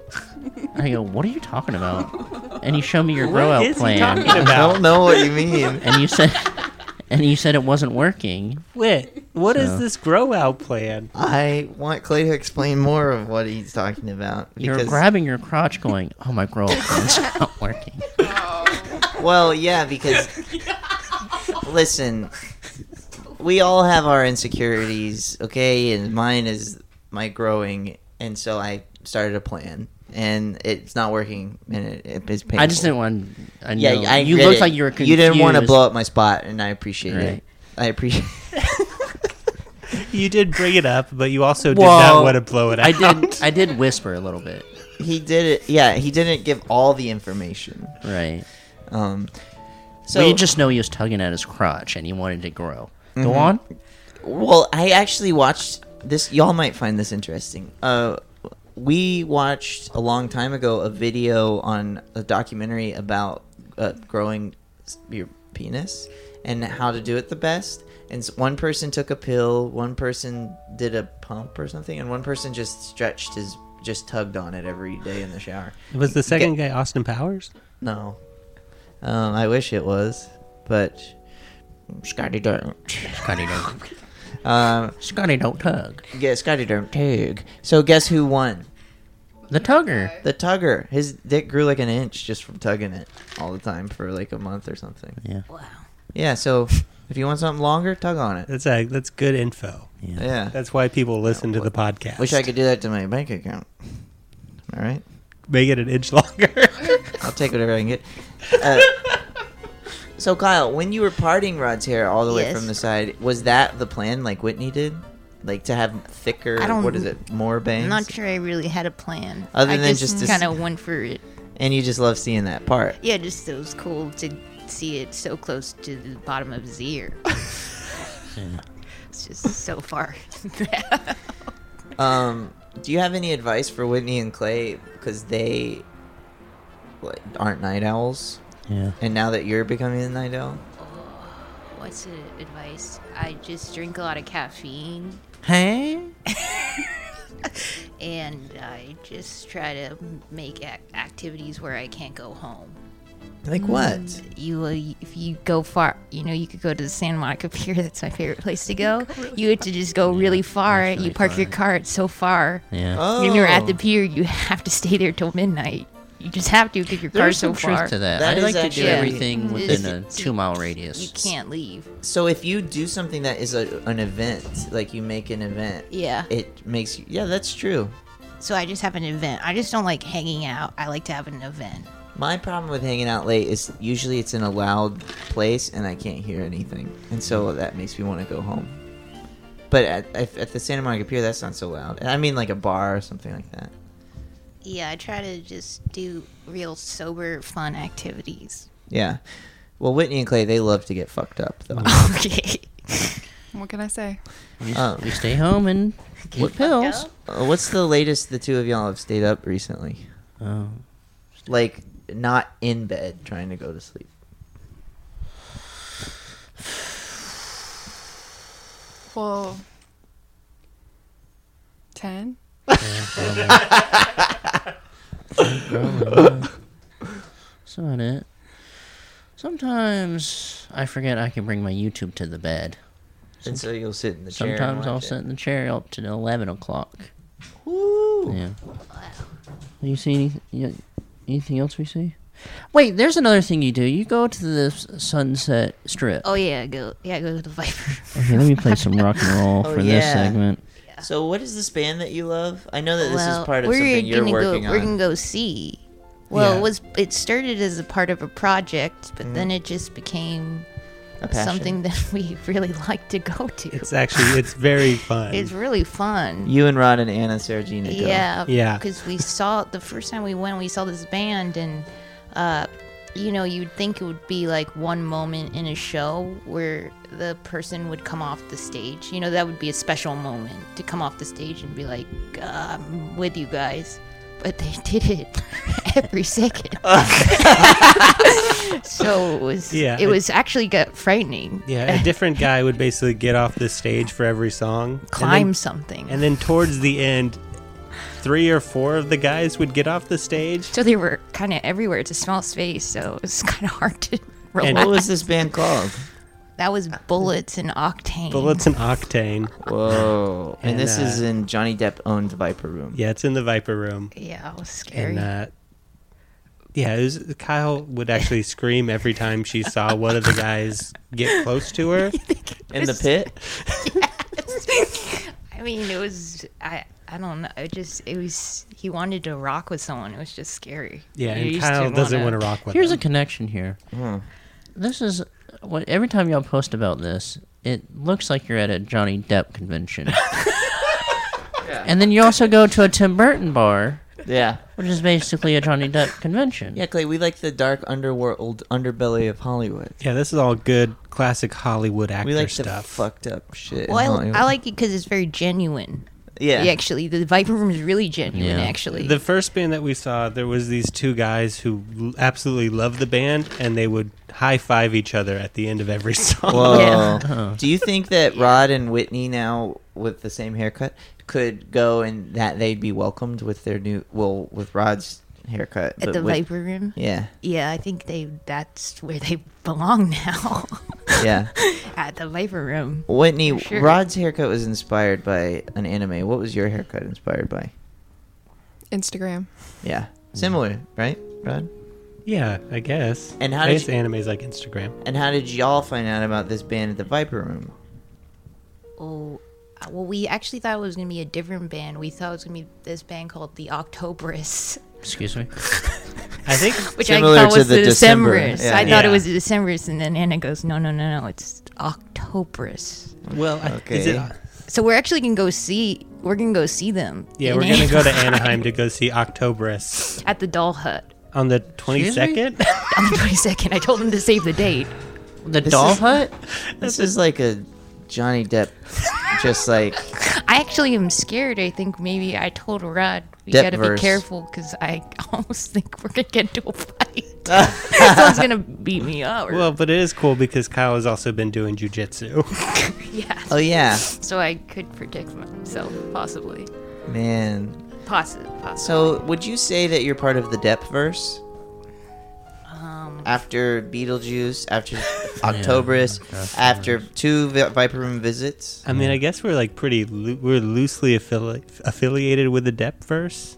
I go, what are you talking about? And you show me your grow out is he plan, talking I don't about? know what you mean. and you said, and you said it wasn't working. Wait, what is So- this grow out plan? I want Clay to explain more of what he's talking about. You're Because, grabbing your crotch, going, oh my grow out plan's not working. well, yeah, because listen, we all have our insecurities, okay, and mine is my growing, and so I started a plan, and it's not working, and it, it is painful. I just didn't want. I Yeah, know. I you get looked it. like you were confused. You didn't want to blow up my spot, and I appreciate it. Right. I appreciate. You did bring it up, but you also did Well, not want to blow it out. I did. I did whisper a little bit. he did it. Yeah, he didn't give all the information. Right. Um, so So you just know he was tugging at his crotch and he wanted to grow. Go on. Well, I actually watched this. Y'all might find this interesting. Uh, we watched a long time ago a video on a documentary about uh, growing s- your penis and how to do it the best. And s- one person took a pill, one person did a pump or something, and one person just stretched his, just tugged on it every day in the shower. Was the second guy Austin Powers? No, um, I wish it was, but Scotty don't. Scotty don't. Um, Scotty don't tug. yeah, Scotty don't tug. So guess who won? The tugger. The tugger. His dick grew like an inch just from tugging it all the time for like a month or something. Yeah. Wow. Yeah. So if you want something longer, tug on it. That's a, that's good info. Yeah. That's why people listen to the podcast. Wish I could do that to my bank account. All right. make it an inch longer. I'll take whatever I can get. Uh, so Kyle, when you were parting Rod's hair all the way Yes. from the side, was that the plan, like Whitney did, like to have thicker? I don't- What is it? More bangs. I'm not sure I really had a plan. Other I than just just this- kind of went for it. And you just love seeing that part. Yeah, just it was cool to see it so close to the bottom of his ear. it's just so far. Um, do you have any advice for Whitney and Clay because they like, aren't night owls, Yeah. and now that you're becoming a night owl, What's the advice? I just drink a lot of caffeine Hey. and I just try to make ac- activities where I can't go home. Mm. like what? You, uh, if you go far, you know, you could go to the Santa Monica Pier. That's my favorite place to go. You have to just go really far. that's you really park your far. car. It's so far. Yeah. When you're at the Oh. pier, you have to stay there till midnight. You just have to because your There's car's some so truth far. to Oh, that. Mm, That I is like to actually- do Yeah. everything within a It's- two mile radius. You can't leave. Oh. So if you do something that is a, an event, like you make an event, Yeah. it makes you. Yeah, that's true. So I just have an event. I just don't like hanging out. I like to have an event. My problem with hanging out late is usually it's in a loud place and I can't hear anything, and so that makes me want to go home. But at, at at the Santa Monica Pier, that's not so loud. I mean, like a bar or something like that. Yeah, I try to just do real sober, fun activities. Yeah. Well, Whitney and Clay, they love to get fucked up, though. Mm-hmm. okay. What can I say? You, Oh. you stay home and eat pills. Uh, What's the latest the two of y'all have stayed up recently? Oh. Like, not in bed trying to go to sleep. Well, ten. That's about it. Sometimes I forget I can bring my YouTube to the bed. And so you'll sit in the chair. and Sometimes I'll watch it. sit in the chair up to eleven o'clock. Woo! Yeah. You see any, you- anything else we see? Wait, there's another thing you do. You go to the s- sunset strip. Oh yeah, go yeah, go to the Viper. Okay, let me play some rock and roll Oh, for this yeah. segment. So, what is this band that you love? I know that this well, is part of we're something you're gonna working go, on. We're gonna go see. Well, Yeah. Mm-hmm. it was it started as a part of a project, but then it just became A passion. something that we really like to go to. It's actually it's very fun. It's really fun. You and Rod and Anna Sargina go. Yeah. Yeah. Because we saw the first time we went, we saw this band, and uh, you know, you'd think it would be like one moment in a show where the person would come off the stage. You know, that would be a special moment to come off the stage and be like, uh, "I'm with you guys." But they did it every second. so it was. Yeah, It it- was actually got frightening. yeah, a different guy would basically get off the stage for every song. Climb And then, something. and then towards the end, three or four of the guys would get off the stage. So they were kind of everywhere. It's a small space, so it's kind of hard to relax. And- What was this band called? that was bullets and octane. Uh, Bullets and Octane. Whoa. And, And, this uh, is in Johnny Depp owned Viper Room. Yeah, it's in the Viper Room. Yeah, it was scary. And uh, yeah, it was, Kyle would actually scream every time she saw one of the guys get close to her. In the pit? I mean, it was. I I don't know. It just it was. He wanted to rock with someone. It was just scary. Yeah, You and just Kyle didn't doesn't wanna- want to rock with Here's a him. connection here. Hmm. This is what every time y'all post about this, it looks like you're at a Johnny Depp convention. And then you also go to a Tim Burton bar, Yeah. which is basically a Johnny Depp convention. Yeah, Clay, we like the dark underworld underbelly of Hollywood. yeah, this is all good classic Hollywood actor We like the stuff. fucked up shit. in Well, I, Hollywood. I like it because it's very genuine. Yeah. Actually, the Viper Room is really genuine. Yeah. Actually, The first band that we saw, there was these two guys who l- absolutely loved the band, and they would high five each other at the end of every song. Whoa. Yeah. Do you think that Rod and Whitney now with the same haircut could go and that they'd be welcomed with their new well with Rod's haircut at but the with- Viper Room. Yeah. Yeah, I think they. That's where they belong now. yeah. at the labor room. Whitney, sure. Rod's haircut was inspired by an anime. What was your haircut inspired by? Instagram. Yeah. Similar, right, Rod? Yeah, I guess. And how I did guess you- anime's like Instagram. And how did y'all find out about this band at the Viper Room? Oh, uh, well, we actually thought it was gonna be a different band. We thought it was gonna be this bband called the Octoberists, Excuse me. I think which Similar I thought to was the the, December, Decemberists. yeah. I thought Yeah. it was the Decemberists, and then Anna goes, "No, no, no, no, it's Octoberists." Well, I, is it, Okay. So we're actually gonna go see. We're gonna go see them. yeah, in we're gonna go to Anaheim to go see Octoberus at the Doll Hut on the twenty second. on the twenty second. I told them to save the date. The doll is- hut? This is like a Johnny Depp, just like I actually am scared. I think maybe I told Rod we Depp gotta verse. be careful because I almost think we're gonna get into a fight. Someone's gonna beat me up. Or, Well, but it is cool because Kyle has also been doing jujitsu. yeah. oh yeah, So I could protect myself, possibly. man. Possi possibly. So would you say that you're part of the Depp verse? Um, after Beetlejuice, after Octoberus, after two Vi- Viper Room visits, I mean, I guess we're like pretty loo- we're loosely affili- affiliated with the Depthverse.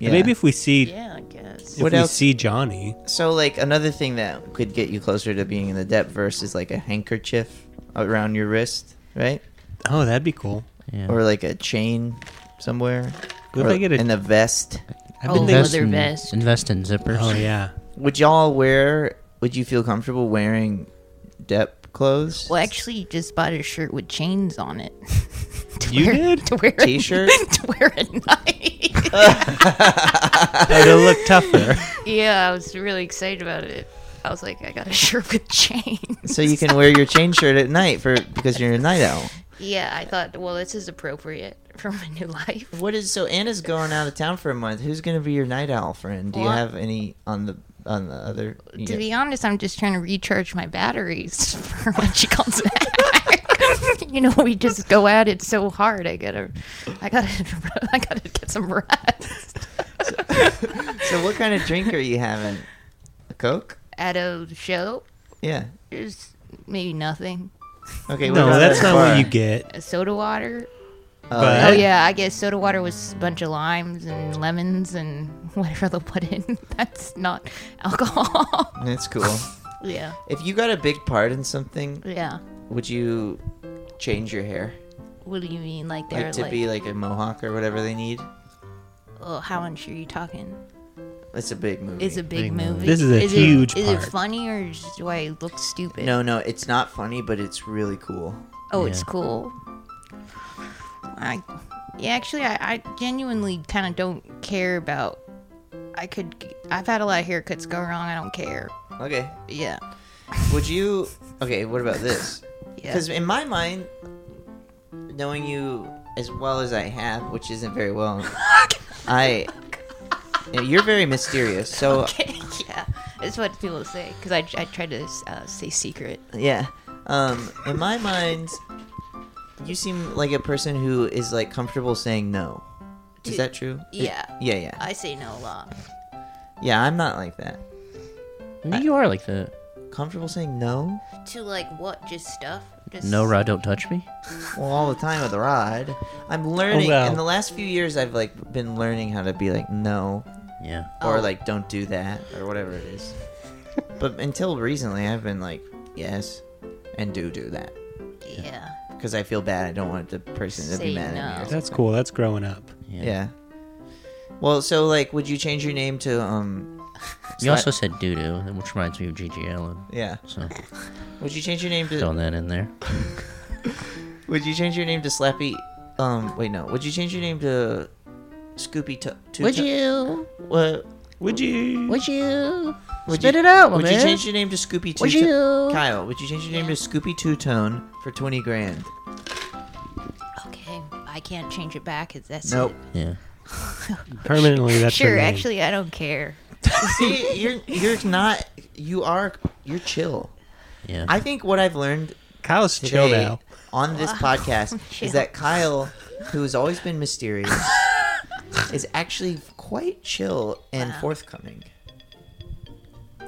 yeah. Maybe if we see Yeah, I guess. if What we else- see Johnny, so. Like another thing that could get you closer to being in the Depp verse is like a handkerchief around your wrist, right? oh, that'd be cool. Or like a chain somewhere, What or if I get a- in a vest. I've Oh, been thinking, leather vest. Invest in zippers. oh yeah, Would y'all wear? Would you feel comfortable wearing Depp clothes? Well, actually, just bought a shirt with chains on it. to You did? To wear T-shirt? A, to wear at night. it'll look tougher. yeah, I was really excited about it. I was like, I got a shirt with chains. So you can wear your chain shirt at night for because you're a night owl. Yeah, I thought, well, this is appropriate for my new life. What is so Anna's going out of town for a month. Who's gonna be your night owl friend? Do you Well, have any on the on the other? To yeah. be honest, I'm just trying to recharge my batteries for when she comes back. you know, we just go at it so hard. I gotta, I gotta, I gotta get some rest. so what kind of drink are you having? A Coke? At a show, Yeah. there's maybe nothing. Okay. No, that's not what you get. get. A soda water. but- Oh yeah, I guess soda water was a bunch of limes and lemons and whatever they'll put in. That's not Oh, alcohol. That's cool. yeah, If you got a big part in something, yeah. would you change your hair? What do you mean? Like they're Like like, to be like a mohawk or whatever they need? oh, how unsure are you talking? That's a big movie. It's a big, movie. This is a is huge It, is part. it funny or is- do I look stupid? No, no, it's not funny, but it's really cool. Oh, it's cool. I, yeah, actually, I, I genuinely kind of don't care about. I could. I've had a lot of haircuts go wrong. I don't care. Okay. Yeah. Would you? Okay. What about this? Yeah. Because in my mind, knowing you as well as I have, which isn't very well, I you're very mysterious. So yeah. That's what people say because I, I try to uh, stay secret. yeah, um, in my mind, you seem like a person who is like comfortable saying no. Is To- that true? It- yeah. yeah, yeah, I say no a lot. yeah. I'm not like that. You are like that. Comfortable saying no? To like what? Just stuff. Just No, Rod, don't touch me. Well, all the time with the rod. I'm learning. well. In the last few years, I've like been learning how to be like no, Yeah. or Oh. like don't do that, or whatever it is. but until recently, I've been like yes, and do do that Yeah. because I feel bad. I don't want the person to be Say mad at me. no. That's cool. That's growing up. Yeah. Well, so like, would you change your name to um? You also said doo doo, which reminds me of Gigi Allen. Yeah. So Would you change your name to? throwing that in there. Would you change your name to Slappy? Um. Wait, no. Would you change your name to Scoopy? To- Two Would Toe- you? What? Would you? Would you? Would Spit you, it out, my Would you man. change your name to Scoopy Two? Would Tone? you? Kyle, would you change your name to Scoopy Two Tone for twenty grand? Okay. I can't change it back. Is that's Nope. Yeah. Permanently, that's your Sure. name. Actually, I don't care. See, you're you're not. You are. You're chill. Yeah. I think what I've learned Kyle's today chill now. on this podcast is Chill. that Kyle, who has always been mysterious, is actually quite chill and forthcoming.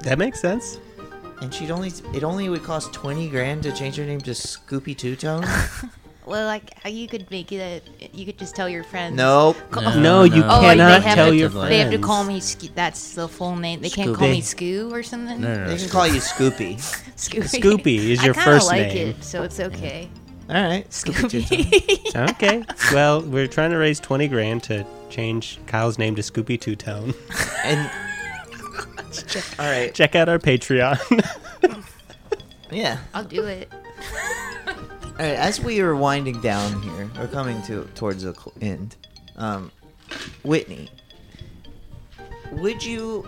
That makes sense. and she'd only it only would cost twenty grand to change her name to Scoopy Two Tone. Well, like how you could make it. A, you could just tell your friends. nope. No, you Oh, like, cannot they have tell to, your They have to friends. call me. Sk- that's the full name. They can't Scooby. call me Scoo or something. No, no, no. They can call you Scoopy. Scooby. Scoopy is your I kinda first like name. it, so it's okay. All right, Scoopy Two Tone. Scooby. Okay. Well, we're trying to raise 20 grand to change Kyle's name to Scoopy Two Tone. And all right, Check out our Patreon. yeah. I'll do it. All right, as we are winding down here, we're coming to towards the cl- end. Um, Whitney, would you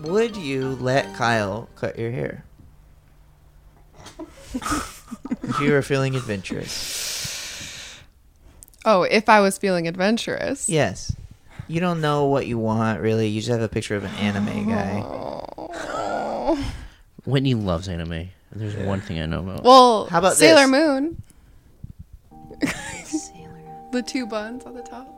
would you let Kyle cut your hair? if you were feeling adventurous, Oh, if I was feeling adventurous. yes. You don't know what you want, really. You just have a picture of an anime guy. Whitney loves anime. and There's one thing I know about. Well, How about Sailor this? Moon? The two buns on the top.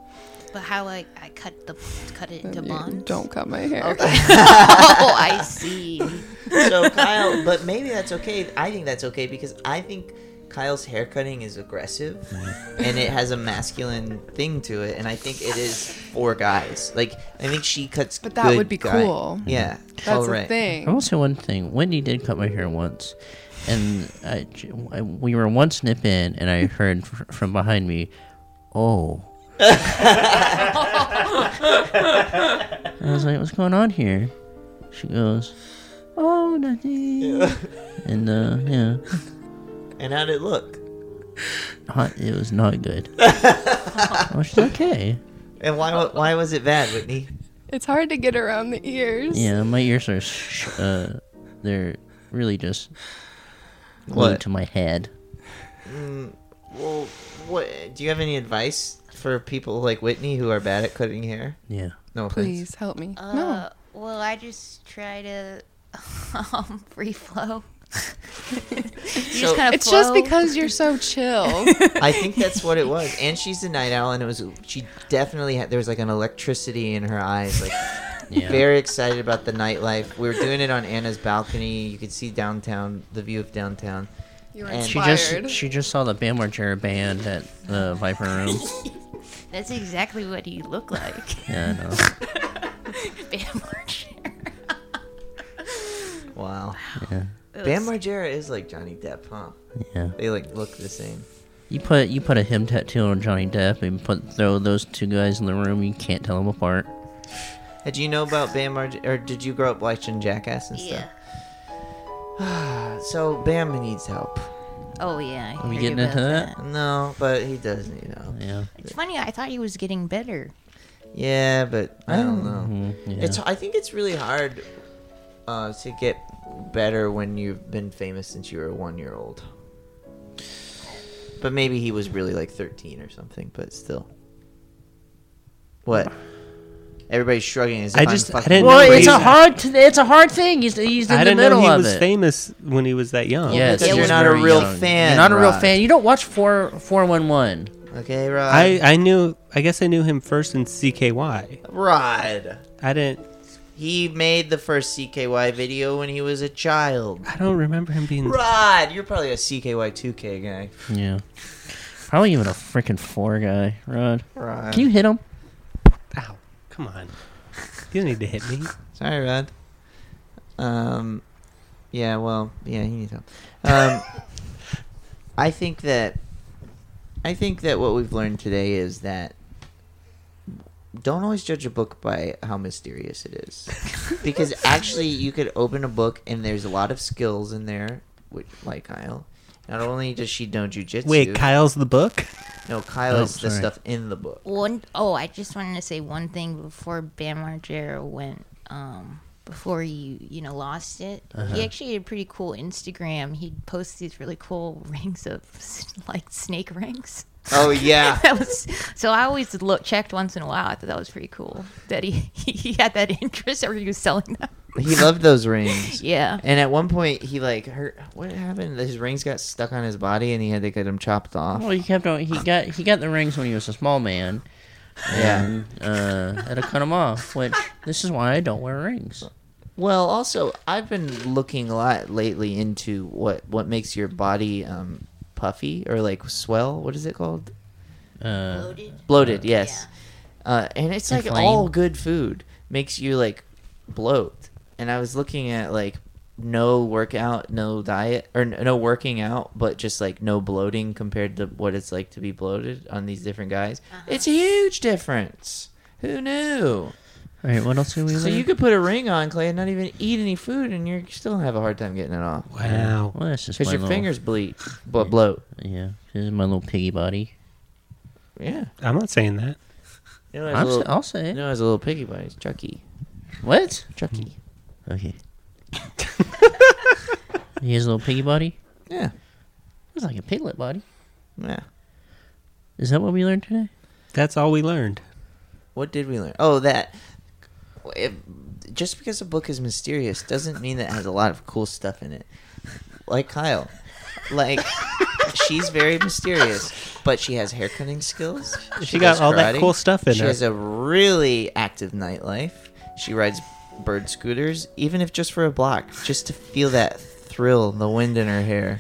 But how I, I cut the cut it into You bonds? Don't cut my hair. Oh, I see. So Kyle, but maybe that's okay. I think that's okay because I think Kyle's hair cutting is aggressive, and it has a masculine thing to it. And I think it is for guys. Like I think she cuts. But that good would be guy- cool. Yeah, That's all the right. thing. I will say one thing. Wendy did cut my hair once, and I, I- we were one snip in, and I heard f- from behind me, "Oh." I was like, "What's going on here?" She goes, "Oh, nothing." And uh, yeah, And how'd it look? not, it was not good. oh, she's okay. And why wa- why was it bad, Whitney? It's hard to get around the ears. Yeah, my ears are, sh- uh, they're really just glued What? to my head. Well, what do you have any advice for people like Whitney who are bad at cutting hair? Yeah. No offense. Please help me. Uh, well, I just try to um, free flow. you So- just Uh, kind of It's just because you're so chill. I think that's what it was. And she's a night owl, and it was she definitely had there was like an electricity in her eyes, like very excited about the nightlife. We were doing it on Anna's balcony. You could see downtown, the view of downtown. You're And She Fired. just she just saw the Bam Margera band at the Viper Room. That's exactly what you look like. Yeah, I know. Bam Margera. Wow. It Bam was- Margera is like Johnny Depp, huh? Yeah. They like look the same. You put you put a him tattoo on Johnny Depp and put throw those two guys in the room. You can't tell them apart. Did you know about Bam Margera? Or did you grow up watching Jackass and Yeah. stuff? So Bam needs help. Oh yeah. I Are we heard getting about into that? No, but he does need help. Yeah. It's funny. I thought he was getting better. Yeah, but I don't know. Mm-hmm. yeah. It's. I think it's really hard uh, to get better when you've been famous since you were a one year old. But maybe he was really like thirteen or something. But still, what? Everybody's shrugging. As if I I'm just- I fucking didn't Well, know it's he- a hard t- it's a hard thing. He's he's in I the didn't know middle he of was it. famous when he was that young. Yes, Because he you're was not a very real young. fan, You're not a real Rod. fan. You don't watch four four one one. Okay, Rod. I, I knew. I guess I knew him first in CKY. Rod. I didn't. He made the first CKY video when he was a child. I don't remember him being. Rod, you're probably a CKY two K guy. Yeah. Probably even a freaking four guy, Rod. Rod. Can you hit him? Ow! Come on. You don't need to hit me. Sorry, Rod. Um, yeah, well, yeah, he needs help. Um, I think that I think that what we've learned today is that don't always judge a book by how mysterious it is, because actually you could open a book and there's a lot of skills in there, which like Kyle. Not only does she know jujitsu, Wait, Kyle's the book. no, Kyle Oh, is the sorry. stuff in the book. One oh, I just wanted to say one thing before Bam Margera went. Um, before you you know lost it, Uh-huh. he actually had a pretty cool Instagram. He posts these really cool rings of like snake rings. Oh yeah, That was so. I always look checked once in a while. I thought that was pretty cool that he he had that interest or he was selling them. he loved those rings. Yeah. And at one point, he like hurt. What happened? His rings got stuck on his body, and he had to get them chopped off. Well, he kept on. He got he got the rings when he was a small man. Yeah. Um, And, uh, had to cut them off. Which this is why I don't wear rings. Well, also, I've been looking a lot lately into what what makes your body um, puffy or like swell. What is it called? Uh, Bloated. yes. Uh, and it's like Inflamed. all good food makes you like bloat. And I was looking at like no workout, no diet, or n- no working out, but just like no bloating compared to what it's like to be bloated on these different guys. It's a huge difference. Who knew? all right, what else do we So learn? you could put a ring on, Clay, and not even eat any food, and you still have a hard time getting it off Wow. well, that's just my because your little, fingers bleed, but bloat. Yeah, this is my little piggy body. Yeah, I'm not saying that. you know, I'm it's a s- little, I'll say you it. know, it's a little piggy bite. It's Chucky. What? Chucky. Okay. he has a little piggy body. Yeah. It's like a piglet body. Yeah. Is that what we learned today? That's all we learned. What did we learn? Oh, that. It, just because a book is mysterious doesn't mean that it has a lot of cool stuff in it. Like Kyle. Like, she's very mysterious, but she has hair cutting skills. She, got does all that karate. cool stuff in she her. has a really active nightlife. She rides bird scooters, even if just for a block, just to feel that thrill, the wind in her hair.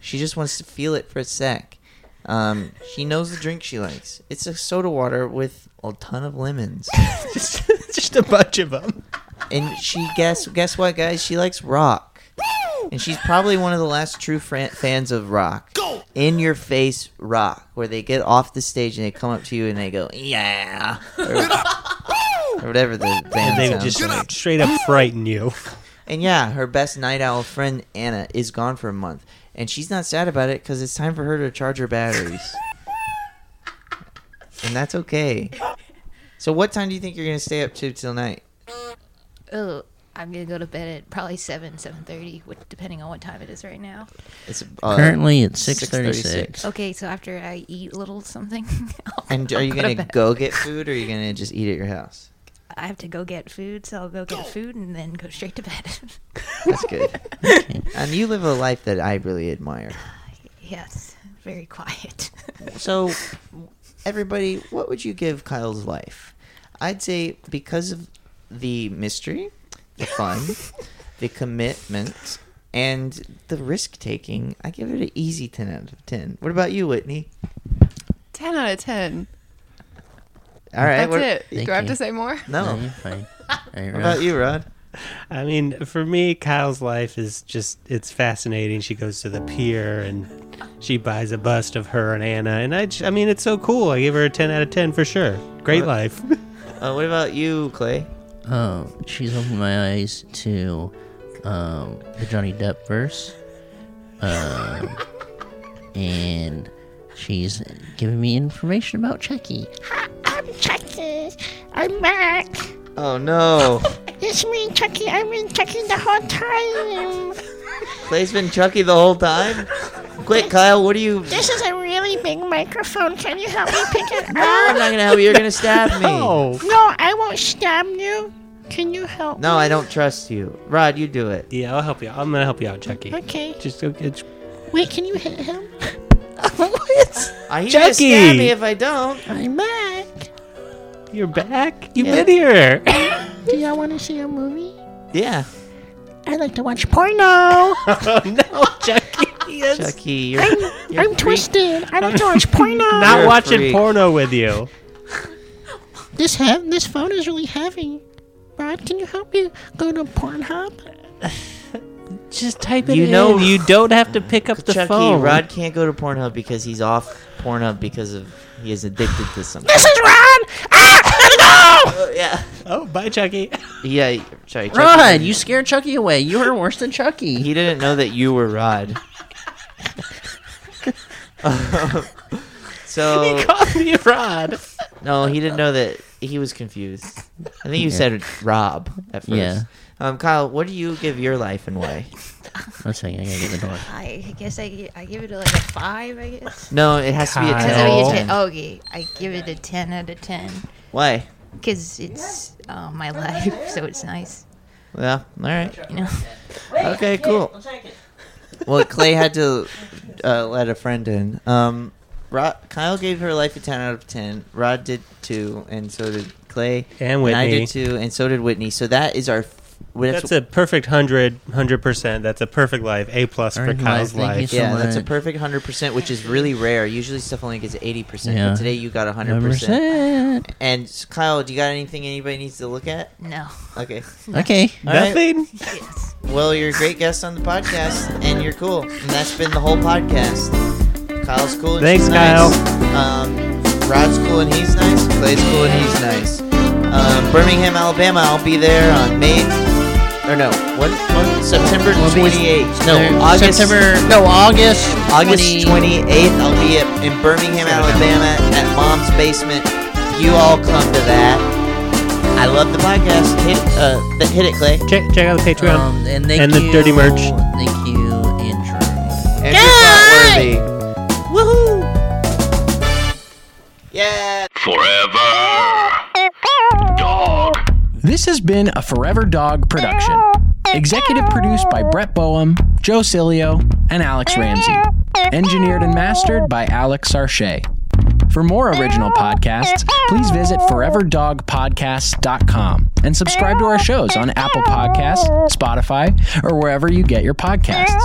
She just wants to feel it for a sec. Um, she knows the drink she likes. It's a soda water with a ton of lemons. Just a bunch of them. And she guess guess what, guys? She likes rock. And she's probably one of the last true fran- fans of rock. Go! In your face rock, where they get off the stage and they come up to you and they go, yeah. Or, or whatever the band They would sounds just like. straight up frighten you. And yeah, her best night owl friend Anna is gone for a month, and she's not sad about it because it's time for her to charge her batteries. and that's okay. So, what time do you think you're gonna stay up to till night? Oh, I'm gonna go to bed at probably seven, seven thirty, which depending on what time it is right now. It's uh, Currently, it's six thirty-six. Okay, so after I eat a little something, I'll, And are I'll you go to gonna bed. go get food, or are you gonna just eat at your house? I have to go get food, so I'll go get food and then go straight to bed. That's good. and you live a life that I really admire. yes, very quiet. So, everybody, what would you give Kyle's life? I'd say because of the mystery, the fun, the commitment, and the risk taking, I give it an easy 10 out of 10. What about you, Whitney? 10 out of 10. All right. That's what, it. Thank Do I have you. to say more? No. No, you're fine. All right, What about Rob. you, Rod? I mean, for me, Kyle's life is just, it's fascinating. She goes to the pier and she buys a bust of her and Anna. And I, j- I mean, it's so cool. I give her a 10 out of 10 for sure. Great life. Uh, what about you, Clay? Um, she's opened my eyes to um, the Johnny Depp verse, um, and she's giving me information about Chucky. I'm Chucky. I'm back. Oh, no. It's me, Chucky. I've been Chucky the whole time. Clay's been Chucky the whole time? Quick, Kyle, what are you. This is a really big microphone. Can you help me pick it I'm not up? going to help you. You're going to stab me. Oh. No, I won't stab you. Can you help? No, I don't trust you. Rod, you do it. Yeah, I'll help you. out. I'm going to help you out, Chucky. Okay. Just go get. Wait, can you hit him? I hear you Uh, stab Chucky! me if I don't. I'm back. You're back? You've been here. Do y'all want to see a movie? Yeah. I like to watch porno. Oh, no, Chucky. Yes. Chucky, you're You're I'm twisted. I like to watch porno. Not You're a watching freak. porno with you. This he- this phone is really heavy. Rod, can you help me go to Pornhub? Just type You know- You don't have to pick up the Chucky. phone. Rod can't go to Pornhub because he's off Pornhub because of he is addicted to something. This is Rod. Ah, no! Oh, yeah, Oh, bye, Chucky. yeah. Sorry, Chucky. Rod, you scared Chucky away. You were worse than Chucky. He didn't know that you were Rod. so Call me Rod. no, he didn't know that he was confused. I think you said Rob at first. Yeah. Um, Kyle, what do you give your life and why? One second, I gotta get the door. I guess I, gi- I give it like a five. I guess. No, it has to be a Kyle. That's ten. how out of 10. Oh. you ta- okay, I give it a ten out of ten Why? because it's uh, my life, so it's nice. Well, all right. You know. Okay, cool. Well, Clay had to uh, let a friend in. Um, Rod, Kyle gave her life a 10 out of 10. Rod did too, and so did Clay. And I Whitney. did too, and so did Whitney. So that is our Well, That's a perfect 100 percent. That's a perfect life. A plus for Alright, Kyle's thank you life. so yeah, that's a much. perfect hundred percent, which is really rare. Usually stuff only gets eighty percent. Yeah. But today you got hundred Number percent. seven. And s- Kyle, do you got anything anybody needs to look at? No. Okay. Okay. All right. Nothing. Yes. Well, you're a great guest on the podcast, and you're cool. And that's been the whole podcast. Kyle's cool. And Thanks, she's nice. Um, Rod's cool and he's nice. Clay's cool and he's nice. Um, Birmingham, Alabama. I'll be there on May. Or no, what? what? September We'll be- 28th. No, there- August. September. No, August. August 20 28th, I'll be at, in Birmingham, Alabama at Mom's Basement. You all come to that. I love the podcast. Hit, uh, th- hit it, Clay. Check, check out the Patreon. Um, and thank And the you, dirty merch. Thank you, intro. Andrew's not worthy. Woohoo! Yeah! Forever. Dog. This has been a Forever Dog production. Executive produced by Brett Boehm, Joe Cilio, and Alex Ramsey. Engineered and mastered by Alex Sarche. For more original podcasts, please visit foreverdogpodcast.com and subscribe to our shows on Apple Podcasts, Spotify, or wherever you get your podcasts.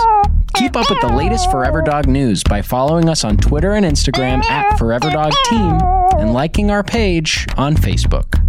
Keep up with the latest Forever Dog news by following us on Twitter and Instagram at Forever Dog Team and liking our page on Facebook.